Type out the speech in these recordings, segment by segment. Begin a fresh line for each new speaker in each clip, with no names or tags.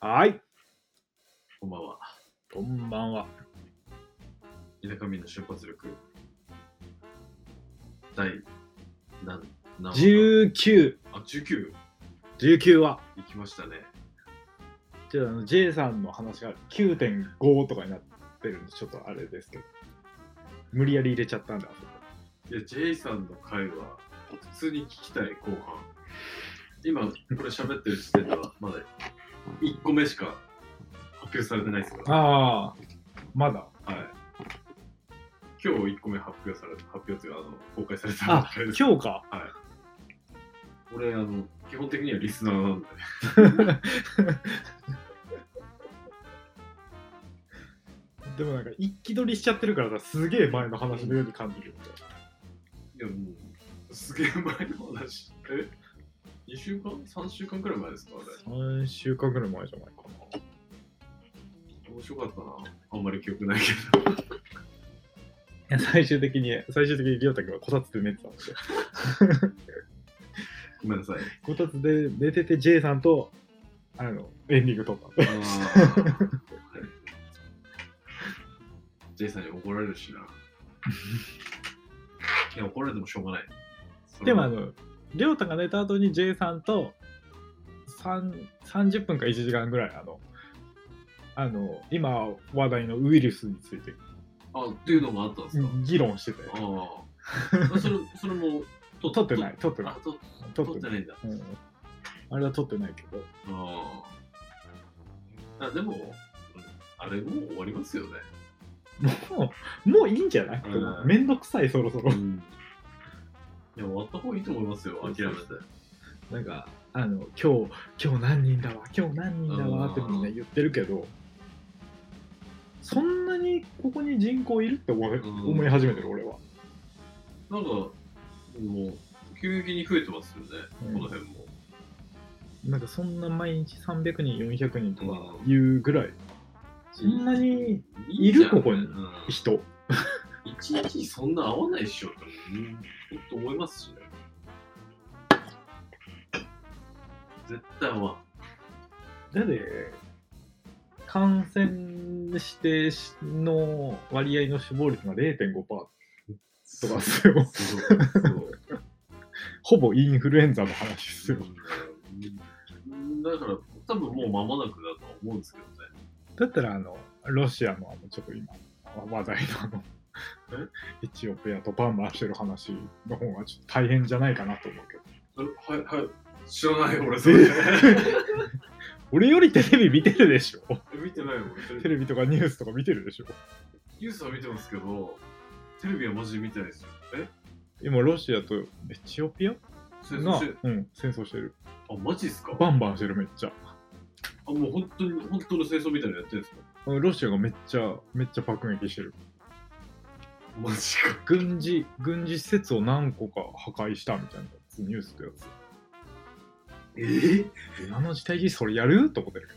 はい。
こんばんは。
こんばんは。
田舎民の瞬発力。第何何話
19。
あ、19
19は。
行きましたね。
ちょっとあの J さんの話が9.5とかになってるんで、ちょっとあれですけど。無理やり入れちゃったんだ。あそこ
いや、J さんの回は普通に聞きたい後半。今、これ喋ってる時点ではまだ1個目しか発表されてないですから。
ああ、まだ。
はい。今日1個目発表された、発表というか、あの、公開された
あ
回です。
今日か。
俺、あの、基本的にはリスナーなんで。
でもなんか一気取りしちゃってるからさ、すげえ前の話のように感じる。
いやもう、すげえ前の話。え ?2 週間 ?3 週間くらい前ですかあれ。
3週間ぐらい前じゃないかな。
面白かったな。あんまり記憶ないけど。
いや最終的に、最終的にりょうたくんはこたつで寝てたんですよ。
ごめんなさい。
こたつで寝てて J さんと、あの、エンディング撮ったの。
あー J さんに怒られる しな。いや、怒られてもしょうがない。それ
でも
は
あの、りょうたが寝た後に J さんと3 30分か1時間ぐらいあの、あの、今話題のウイルスについて
あ、っていうのもあったんですか、
議論してて、
ああ。それ、それも、 と
撮ってない、撮ってない
あ、。と
撮
撮
っ
って
な
て
い。
ないんだ。
うん、あれは撮ってないけど、
ああ。あでも、あれもう終わりますよね。
もう、もういいんじゃない、
うん
めんどくさい、そろそろ。
いや、終わった方がいいと思いますよ、諦めて。
なんか、あの、今日、今日何人だわ、今日何人だわってみんな言ってるけど、そんなにここに人口いるって思い
うん
思い始めてる、俺は。
なんか、もう、急激に増えてますよね、
うん
この辺も。
なんかそんな毎日300人、400人とかいうぐらい、そんなにいる
じゃん
ここに
うん
人。
一日にそんな合わないっしょって、うん、と思いますしね。絶対合わん。
だって、感染してしの割合の死亡率が0.5%とかですよ。
すごい。そう
ほぼインフルエンザの話ですよ。
うんだから、多分もう間もなくだとは思うんですけどね。
だったら、あの、ロシアの、あの、ちょっと今、話題の、あの
え、
エチオピアとバンバンしてる話の方がちょっと大変じゃないかなと思うけど。
あはい、はい。知らない、俺、それ。
俺よりテレビ見てるでしょ
見てないよ、俺。
テレビとかニュースとか見てるでしょ
ニュースは見てますけど、テレビはマジで見てないですよ。え
今、ロシアとエチオピア
それ
が
それ、
うん、戦争してる。
あ、マジですか
バンバンしてる、めっちゃ。
あ、もう本当に、本当の戦争みたいなのやってるんですか
ロシアがめっちゃ、めっちゃ爆撃してる。
マジか。
軍事、軍事施設を何個か破壊したみたいなニュースってやつ。
えー、
今の時代にそれやると思ってるけ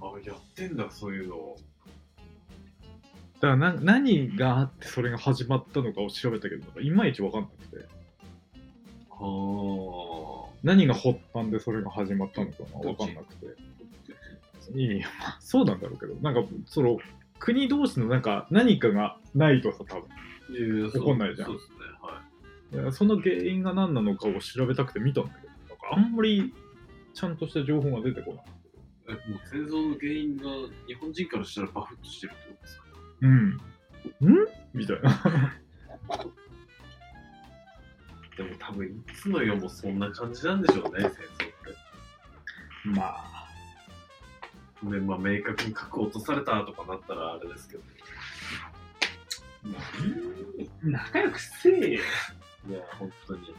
ど。
あ、やってんだ、そういうの。
だからな何があってそれが始まったのかを調べたけどなんかいまいち分かんなくて
あー。
何が発端でそれが始まったのかが分かんなくていいよまあそうなんだろうけどなんかその国同士のなんか何かがないとさ多
いやいや
怒んないじゃん
そうですね、は
分その原因が何なのかを調べたくて見たんだけどなんかあんまりちゃんとした情報が出てこない
い。え、もう戦争の原因が日本人からしたらバフッとしてるってことですか
うんんみたいな
でも多分、いつの世もそんな感じなんでしょうね、戦争って。
まあ
ね、まあ、明確に核落とされたとかなったらあれですけど。まあ、
仲良くせえよ
いや、本当に。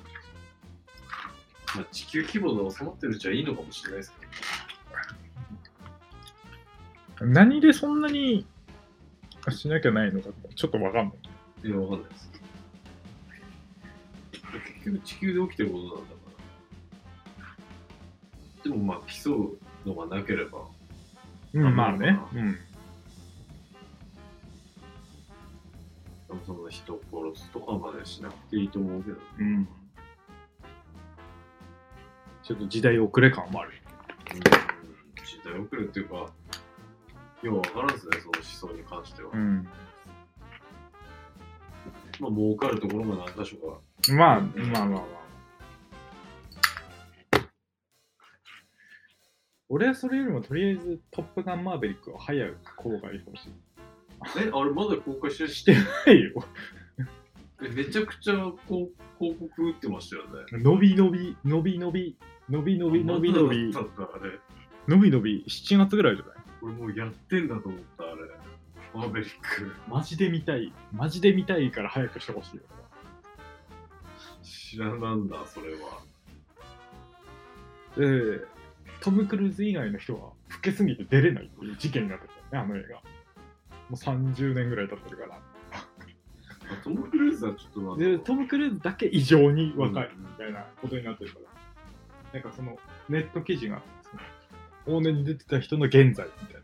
まあ、地球規模で収まってるうちはいいのかもしれないですけど。
何でそんなにしなきゃないのかちょっと分かんない
いや、わかんないです。結局、地球で起きてることなんだから。でも、まあ、競うのがなければ、
うん、まあね。うん。
そんな人を殺すとかまでしなくていいと思うけど。
うん。ちょっと時代遅れ感もある。
うん時時代を送るっていうか、よう分からんですね、その思想に関しては。
うん、
まあ、儲かるところも何箇所か
まあまあまあまあ俺はそれよりもとりあえず「トップガンマーヴェリック」を早く公開してほしい。
え、あれまだ公開してし
してないよ。
えめちゃくちゃこう広告打ってましたよね。
伸び伸び、伸び伸び、伸び伸び伸び伸び
ま、だだったんだあれ。
伸び伸び、7月ぐらいじゃない
俺もうやってんだと思った、あれ。マーベリック。
マジで見たい。マジで見たいから早くしてほしいよ。
知らなんだ、それは。
えートム・クルーズ以外の人は老けすぎて出れないっていう事件になってたよね、あの映画。もう30年ぐらい経ってるから。
あトム・クルーズはちょっとなん
で
か
トム・クルーズだけ異常に若い
うん
みたいなことになってるから、なんかそのネット記事がその往年に出てた人の現在みたい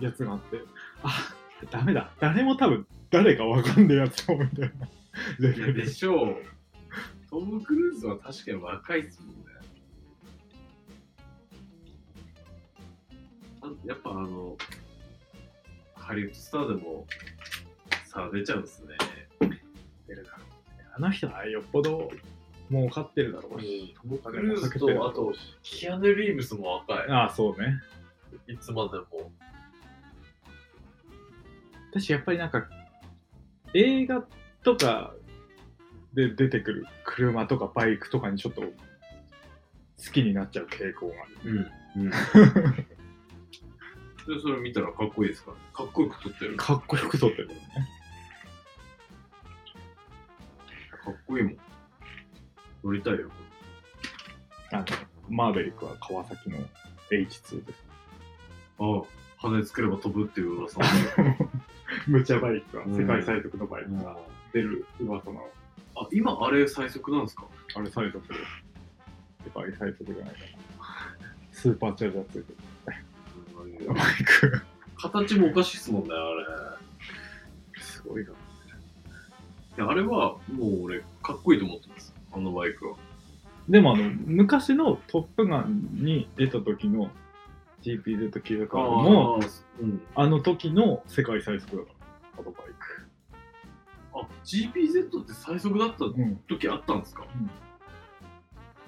なやつがあってあダメだ誰も多分誰かわかんねえやつだみたいなレベル
で
で
しょう。トム・クルーズは確かに若いっすもんね。あやっぱあの、ハリウッドスターでも差出ちゃうんですね。
出るからあの人はよっぽどもう飼ってるだろうし、
トム・クルーズと、あと、キアヌ・リーブスも若い。
ああそうね
いつまでも。
私やっぱりなんか映画とかで出てくる車とかバイクとかにちょっと好きになっちゃう傾向がある
うん。 うん。で、それ見たらかっこいいですかかっこよく撮ってる。か
かっこよく撮ってるね
っこいいもん。乗りたいよ。
あのマーベリックは川崎の H2 です
ああ、羽つければ飛ぶっていう 噂も。
無茶バイクは世界最速のバイクが出る噂の、
あ、今あれ最速なんですか
あれ最速です世界最速じゃないかな スーパーチャージャーついてるバイク
形もおかしいっすもんね、あ
すごいな
れ。いやあれはもう俺、かっこいいと思ってます。あのバイクは。
でもあの昔の「トップガン」に出た時の GPZ900 も
あ、うん。
あの時の世界最速だからあのバイ
あ、GPZ って最速だった
ク、うん、
時あったんですか、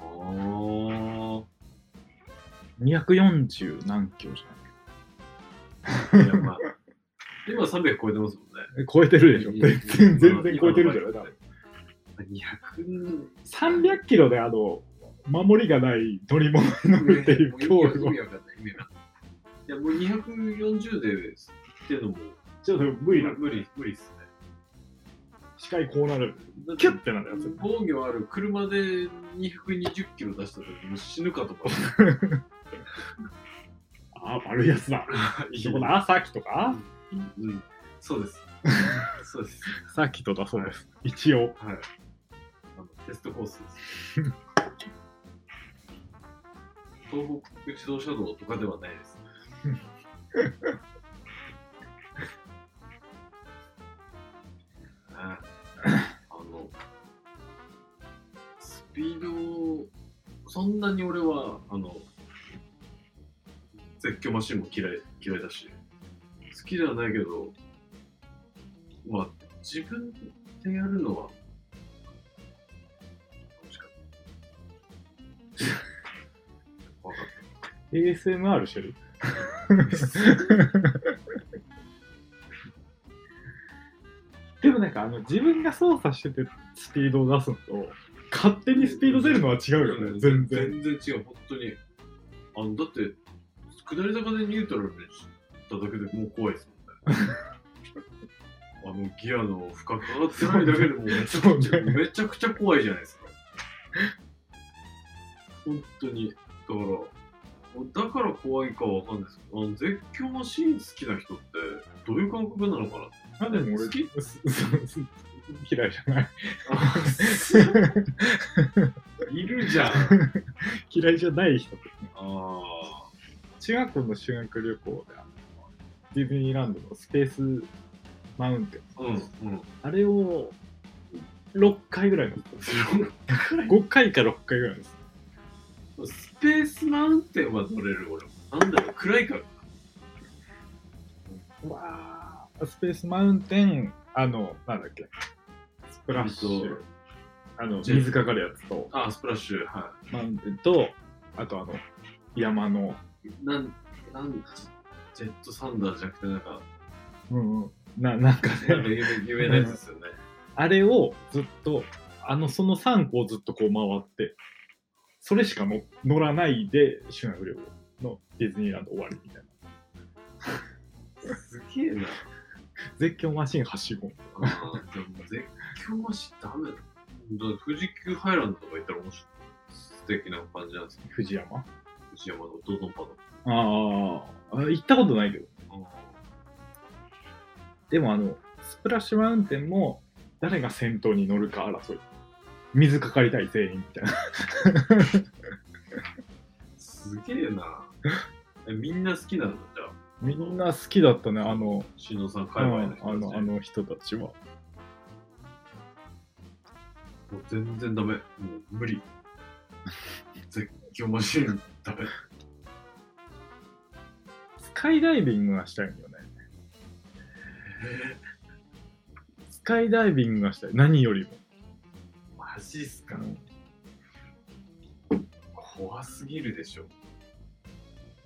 あ
240何キロじゃない
あ。いやまあ今300超えてますもんね。
え超えてるでしょ全然全然超えてるじゃない多分
200
300キロであの守りがない乗り物に乗 るっていう
も
恐
う
怖
意味わかんない意味わかんないいやもう240でってのも
ちょっと無理な
無理無理っすね
視界こうなる
だって
キュッてなるやつ
防御ある車で220キロ出した時もう死ぬか とか
ああ悪いやつだこのアーサーキとか
うんそう ですそうです
サーキとだそうです一応
はいあのテストコースです東北自動車道とかではないですねあの、スピードを、そんなに俺は、あの、絶叫マシンも嫌い嫌いだし、好きではないけど、まあ、自分でやるのは、楽しかった。わか
ASMR してるでもなんかあの自分が操作しててスピードを出すのと勝手にスピード出るのは違うよね
った。
全然
全然違う、本当に。あの、だって、下り坂でニュートラルにしただけでもう怖いですもんね。あの、ギアの負荷かかってないだけでもうめちゃくち
そ
ゃ、
うね
めちゃくちゃ怖いじゃないですか。本当に。だから、だから怖いかはわかんないですけど、あの絶叫マシーン好きな人って、どういう感覚なのかな
あでも俺
好き
すす嫌いじ ゃない
いるじゃん。
嫌いじゃない人と
あ
中学校の修学旅行であのディズニーランドのスペースマウンテン
あ、うん、うん。
あれを6回ぐらい乗ったんです5回か6回ぐらいです
スペースマウンテンは乗れる俺もなんだよ、暗いから。
うわースペースマウンテン、あの、なんだっけ、スプラッシ
えっ
ュ
と、
あの、
ジェット
水かかるやつと、
あ、スプラッシュ、は
マウンテンと、あとあの、山の、
い。なん、なん、ジェットサンダーじゃなくて、なんか、
うんうん、ななんか
なん
ね、
か有名有名なやつですよね。
あれをずっと、あの、その3個をずっとこう回って、それしかの乗らないで、修学旅行のディズニーランド終わりみたいな。
すげえな。
絶叫マシンはしご。
あーでも絶叫はしダメだ。だから富士急ハイランドとか行ったら面白い。素敵な感じなんですけど、
藤山
富士山のドドンパの。
ああ、行ったことないけど。
あ
でもあの、スプラッシュマウンテンも、誰が先頭に乗るか争い。水かかりたい全員みたいな。
ーすげえな。えみんな好きなんだ、じゃあ。
みんな好きだったね、あの、
しのさん
あ
界隈の
の
人たち。
あのあの人たちは。
もう全然ダメ。もう無理。絶叫マシンダメ。
スカイダイビングがしたいんよね。スカイダイビングがしたい。何よりも。
マジっすか怖すぎるでしょ。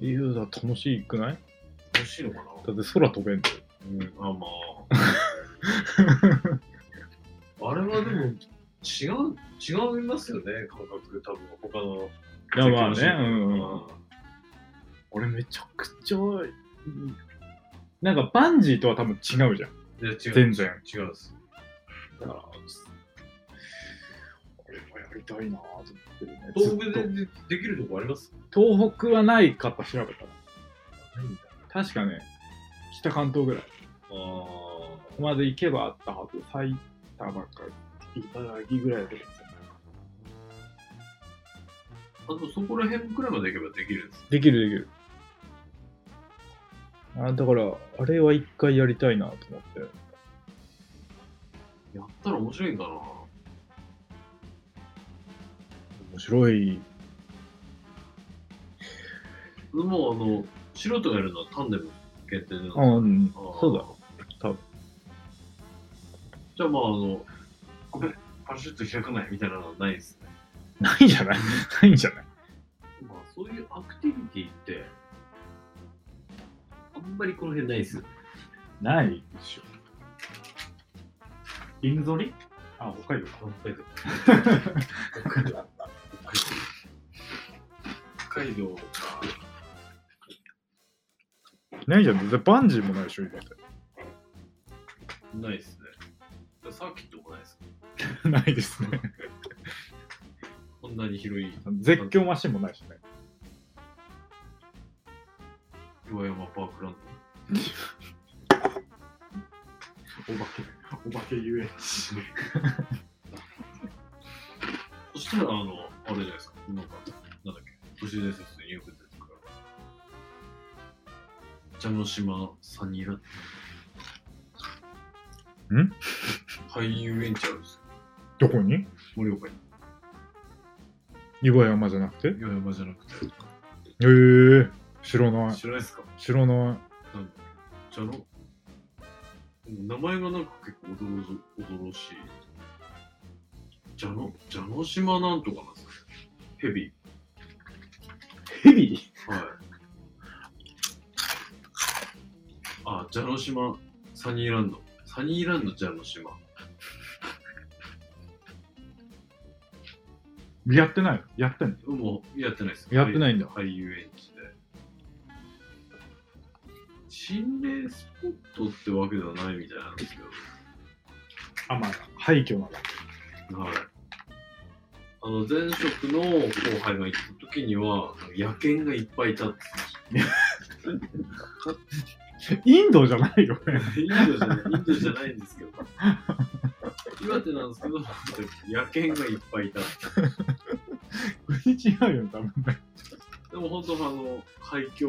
いや、楽しくない
楽しいのか
だって空飛べんだよ。
なうん、あ、まあ。あれはでも、違う、違いますよね、感覚。多分他の。
いやまあね
絶
う
叫マシン
んうんうん俺めちゃくちゃ、なんかバンジーとは多分違うじゃん。
いや、違う。
全然。
違うっす。だから、
これもやりたいなぁと思ってるね。
東北
ずっ
で
と
でできるとこあります
東北はないかった調べたら。
ないんだ。
確かね、北関東ぐらい
ああ。
まで行けばあったはず。埼玉か茨城ぐらいだと思うんですよ
あとそこら辺くらいまで行けばできるんです。
できるできる。あだから、あれは一回やりたいなと思って。
やったら面白いんかな
面白い。
もうあの、素人がやるのはタンデム限定なんですか
うん、
あー
そうだ。多分
じゃあまああの、ごめん、パラシュート開かないみたいなのはないですね。
ないんじゃない ないんじゃない
まあそういうアクティビティって、あんまりこの辺ないですよ。
ないでしょ。インゾリあ、北海道か。
北海道。北海道。北海道か。
ないじゃん。でバンジーもないでしょ、今って。
ないですね。サーキットもないです。
ないですね。
こんなに広い
絶叫マシンもないしね。
岩山パークランド。
お化け、お化け遊園
そしたら、あの、あれじゃないですか、なんか、なんだっけ、都市伝説によく出てくる。蛇の島サニーラん俳優園地あるんですよ。
どこに
盛岡に。
岩山じゃなくてへ
岩山じゃなくて。
えー、知らない。
知らないですか
知らない。
なんだ蛇の。名前がなんか結構驚ぞ驚しい。蛇の蛇の島なんとかなんですかヘビ。
ヘビ
はい。あ、蛇の島、サニーランド。サニーランド、蛇の島。
やってないやってんの
もうやってないです。
やってないんだ
俳優演技で。心霊スポットってわけではないみたいなんですけ
あ、まあ、廃墟なんだ。
ど。はい。あの、前職の後輩が行った時には、野犬がいっぱいいたって
インドじゃないよね。
インドじゃない、インドじゃないんですけど。岩手なんですけど、野犬がいっぱいいた。
国違うよ、多分ね。
でも本当あの、海峡、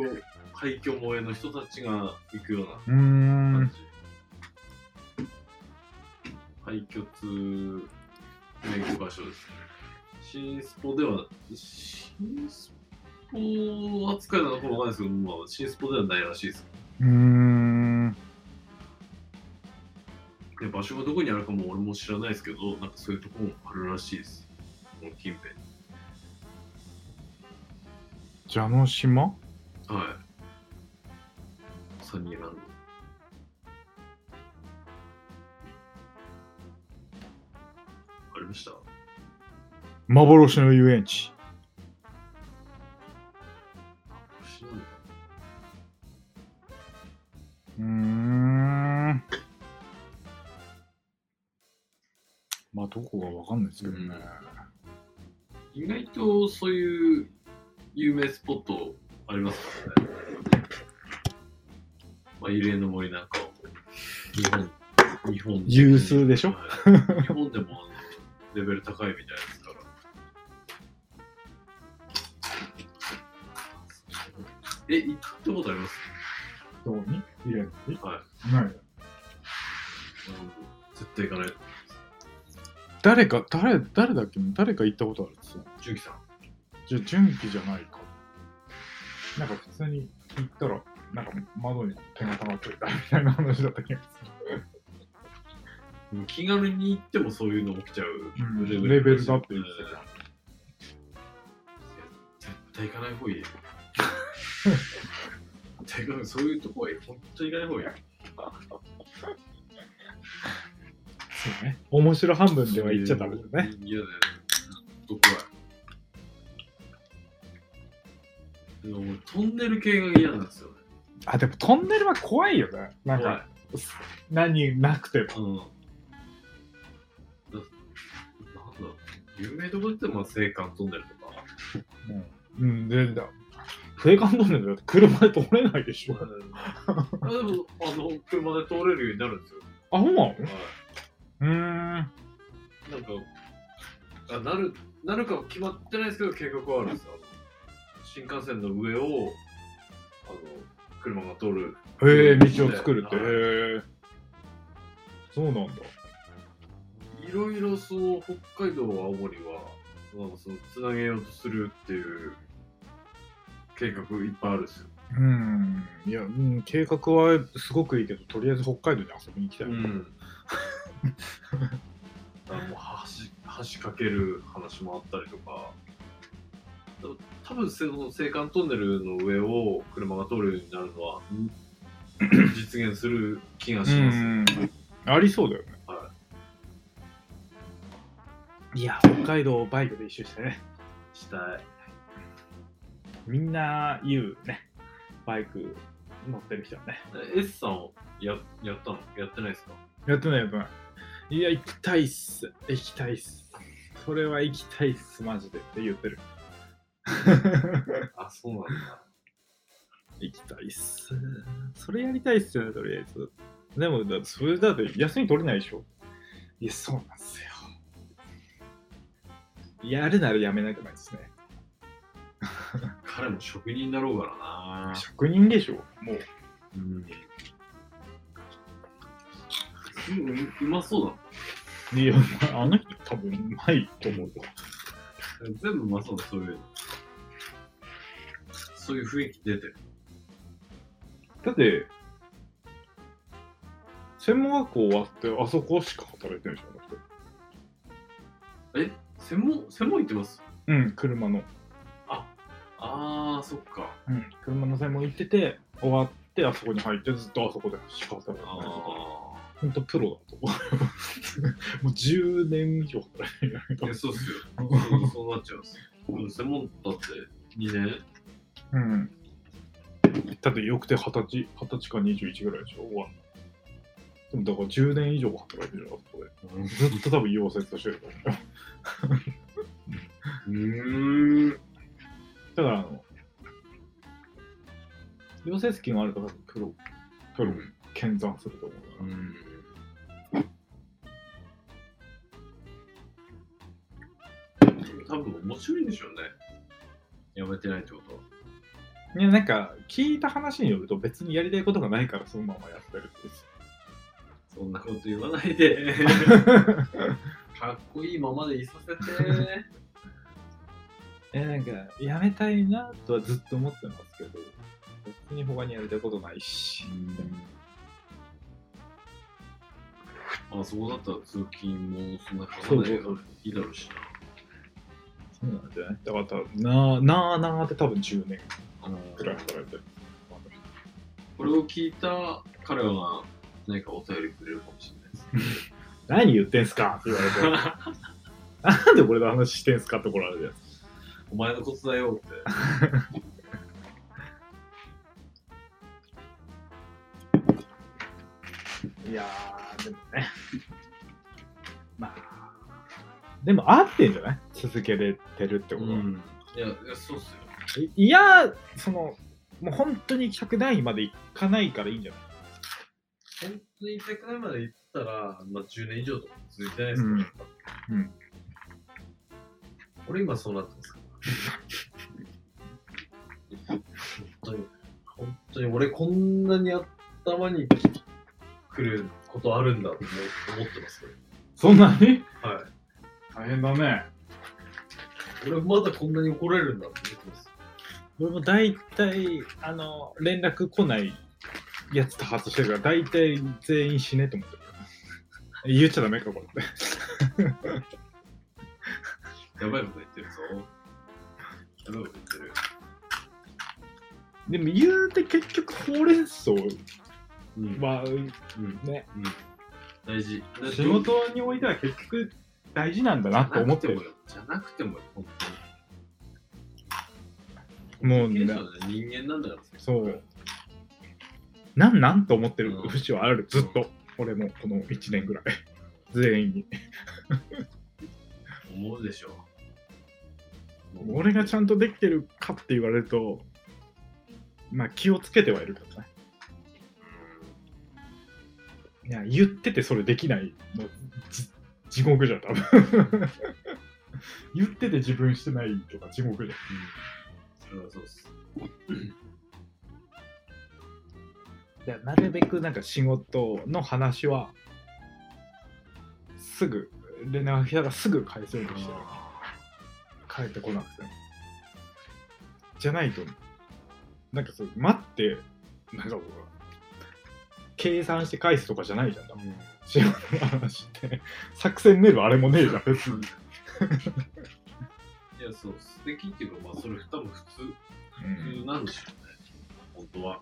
海峡萌えの人たちが行くよう
うー
な
ん
感。じ。廃墟通巡る場所ですね。新スポでは、新スポ扱いなのかわかんないですけど、まあ、新スポではないらしいです。
うーん。
で場所がどこにあるかも俺も知らないですけど、なんかそういうとこもあるらしいです。この近辺に。
蛇の島
はい。サニーランド。ありました
幻の遊園地。
星なんだ
うーん。まあ、どこかわかんないですけどね。
意外とそういう有名スポットありますからね。まあ、慰霊の森なんかはもう日本、日本
有数でしょ
はい日本でもあのレベル高いみたいですから。え、行ったことあります
どこに遊園地
はい。
ない。
あの絶対行かない。
誰か、誰、誰だっけ誰か行ったことあるっつうの
ジュンキさん。
じゃあ、純喜じゃないか。なんか普通に行ったら、なんか窓に手が溜まってたみたいな話だった気がす
気軽に行ってもそういうの起きちゃう
る。レベルだって言ってたから。
絶対行かない方がいいよ。絶対行かないそういうとこは本当に行かない方がいいよ。
そうね。面白半分では行っちゃダメだね。。
嫌だよね。どこは。でも俺トンネル系が嫌なんですよね。
あ、でもトンネルは怖いよね。なん
怖
か、
い。
何なくても。
うん。だなんだろう有名どころってまあ青函トンネルとか。
うん、全然。青函トンネルだって車で通れないでしょ。
あでも、あの、車で通れるようになるんですよ。
あ、ほんま
はいう
ーん。
なんか、あなる、なるかは決まってないですけど、計画はあるんですよ。新幹線の上を、あの、車が通る。
へえ、道を作るって。
はい
へえ。そうなんだ。
いろいろそう、北海道、青森は、なんかその、つなげようとするっていう、計画いっぱいあるんですよ。
うん。いや、うん、計画はすごくいいけど、とりあえず北海道に遊びに行きたい。
ん。あもう橋橋かける話もあったりとか、でも多分その青函トンネルの上を車が通るようになるの は、実現する気がし
う
ます。
ん。ありそうだよね。
はい
や、北海道をバイクで一周してね。
したい。
みんな言うね。バイク乗ってる人はね。
え S さんをややったのやってない ですか
やってないやってない。いや、行きたいっす。行きたいっす。それは行きたいっす、マジでって言ってる。
あ、そうなんだ。
行きたいっす。それやりたいっすよね、とりあえず。でも、だそれだって休み取れないでしょ。いや、そうなんですよ。やるならやめなくないですね。
彼も職人だろうからな。
職人でしょ、もう。
うん。うんううまそうだ
いや、あの人多分うまいと思うよ。
全部うまそうだ、そういうの。そういう雰囲気出てる。
だって、専門学校終わってあそこしか働いてるでしょ、あの人。
専門、専門行ってます
うん、車の。
あー、そっか。
うん、車の専門行ってて、終わってあそこに入って、ずっとあそこでしか働いてないとか。
あ
ほんとプロだと思う。もう10年以上働いてないと
ー。え
思
そうっ すよ。そうそうなっちゃうんですよ。でも専門だって2年
う。うん。だってよくて二十歳、二十歳か21ぐらいでしょ、終わるのでもだから10年以上働いてるよ、あそこで。ずっと多分溶接してると思うよ。
うーん。
だからあの、溶接機があるからプロ、プロ、検算すると思うから。
うん。多分面白いんでしょうね。やめてないってことは。
いや、なんか、聞いた話によると、別にやりたいことがないから、そのままやってるっ
そんなこと言わない で。
て。
かっこいいままでいさせて。
えなんかやめたいなとはずっと思ってますけど別に他にやりたいことないし、
あそこだったら通勤もそんなかかんないけど、いいだろうし
そうなんじゃないだから多分なあなあなあって多分10年
な。あの
くらい働いてる
これを聞いた彼は何かお便りくれるかもしれないです。
何言ってんすかって言われてなんでこれの話してんすかって怒られるやつ
お前のことだよって。
いやー、でもね。 まあ、でも合ってんじゃない続けれてるってことは。
いや、いやそうっすよ。
いいや、その、もう本当に100単位までいかないからいいんじゃない
本当に100年まで行ったら、まあ、10年以上とか続いてないですか、
うんうん
俺今そうなってますから本当に本当に俺こんなに頭に来ることあるんだと思思ってますけ
そんなに
どはい
大変だね。
俺まだこんなに怒られるんだと思ってます
俺も大体、あの、連絡来ないやつと発してるから、大体全員死ねと思 ってる。言っちゃダメか、これって。
やばいこと言ってるぞやばいこと言ってる
でも言うて結局、ほうれん草
うん、
は
うん、
ね、
大事
仕事においては結局大事なんだなと思って
る
る。
じゃなくてもよ本当に
もう
人
な、
間なんだからさ
そう。なんなんと思ってる
うん
節はある、ずっと。俺もこの1年ぐらい。 全員に。
思うでしょ
俺がち
ゃん
ゃんとできてるかって言われると、まあ気をつけてはいるけどね。いや、言っててそれできないの、じ地獄じゃん、多分。 言ってて自分してないとか地獄じゃん。
それはそうっす
いやなるべくなんか仕事の話はすぐ連絡先がすぐ返そうとしてる帰ってこなくてもじゃないとなんかそう待ってなんか僕は計算して返すとかじゃないじゃん多分仕事の話って作戦メールあれもねえじゃん別に、
いやそう素敵っていうかまあそれ多分普通普通なんでしょうね本当 は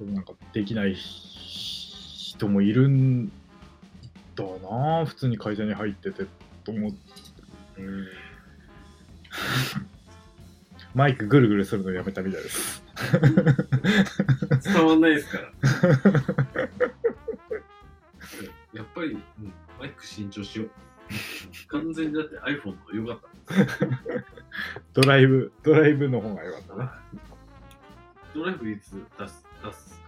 でもなんかできない人もいるんだな普通に会社に入っててと思って
うん
マイクぐるぐるするのやめたみたいです。
伝わんないですからやっぱり、うん、マイク新調しよう完全にだって iPhone の方が良かった
ドライブ、ドライブの方が良かったね。
ドライブいつ出す出す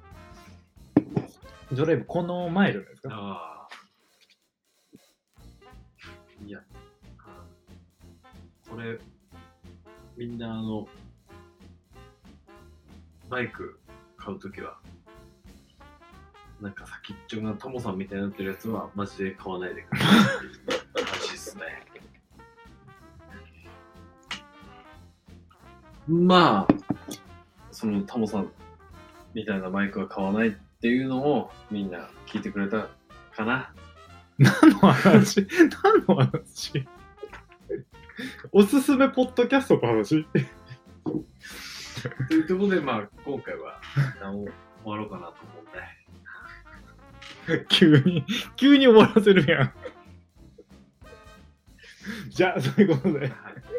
ドライブ、この前じゃないですか。
ああいやあーこれみんなあのバイク買うときはなんか先っちょがトモさんみたいになってるやつはマジで買わないでくださいっていう話っすねまあそのタモさんみたいなマイクは買わないっていうのをみんな聞いてくれたかな
何の話何の話おすすめポッドキャストの話
というところでまあ今回は一旦終わろうかなと思うんで
急に、急に終わらせるやん。じゃあ、そういうことで、
はい、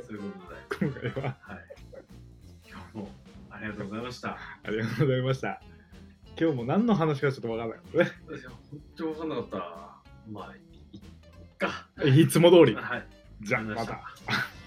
そういうことで、
今回は
はい、今日もありがとうございました。
ありがとうございました。今日も何の話かちょっとわからないけどね
私は本当に分かんなかったら、まあ、いいっか。
いつも通り。
はい、
じゃあ、
ありがとうござい
ま。
した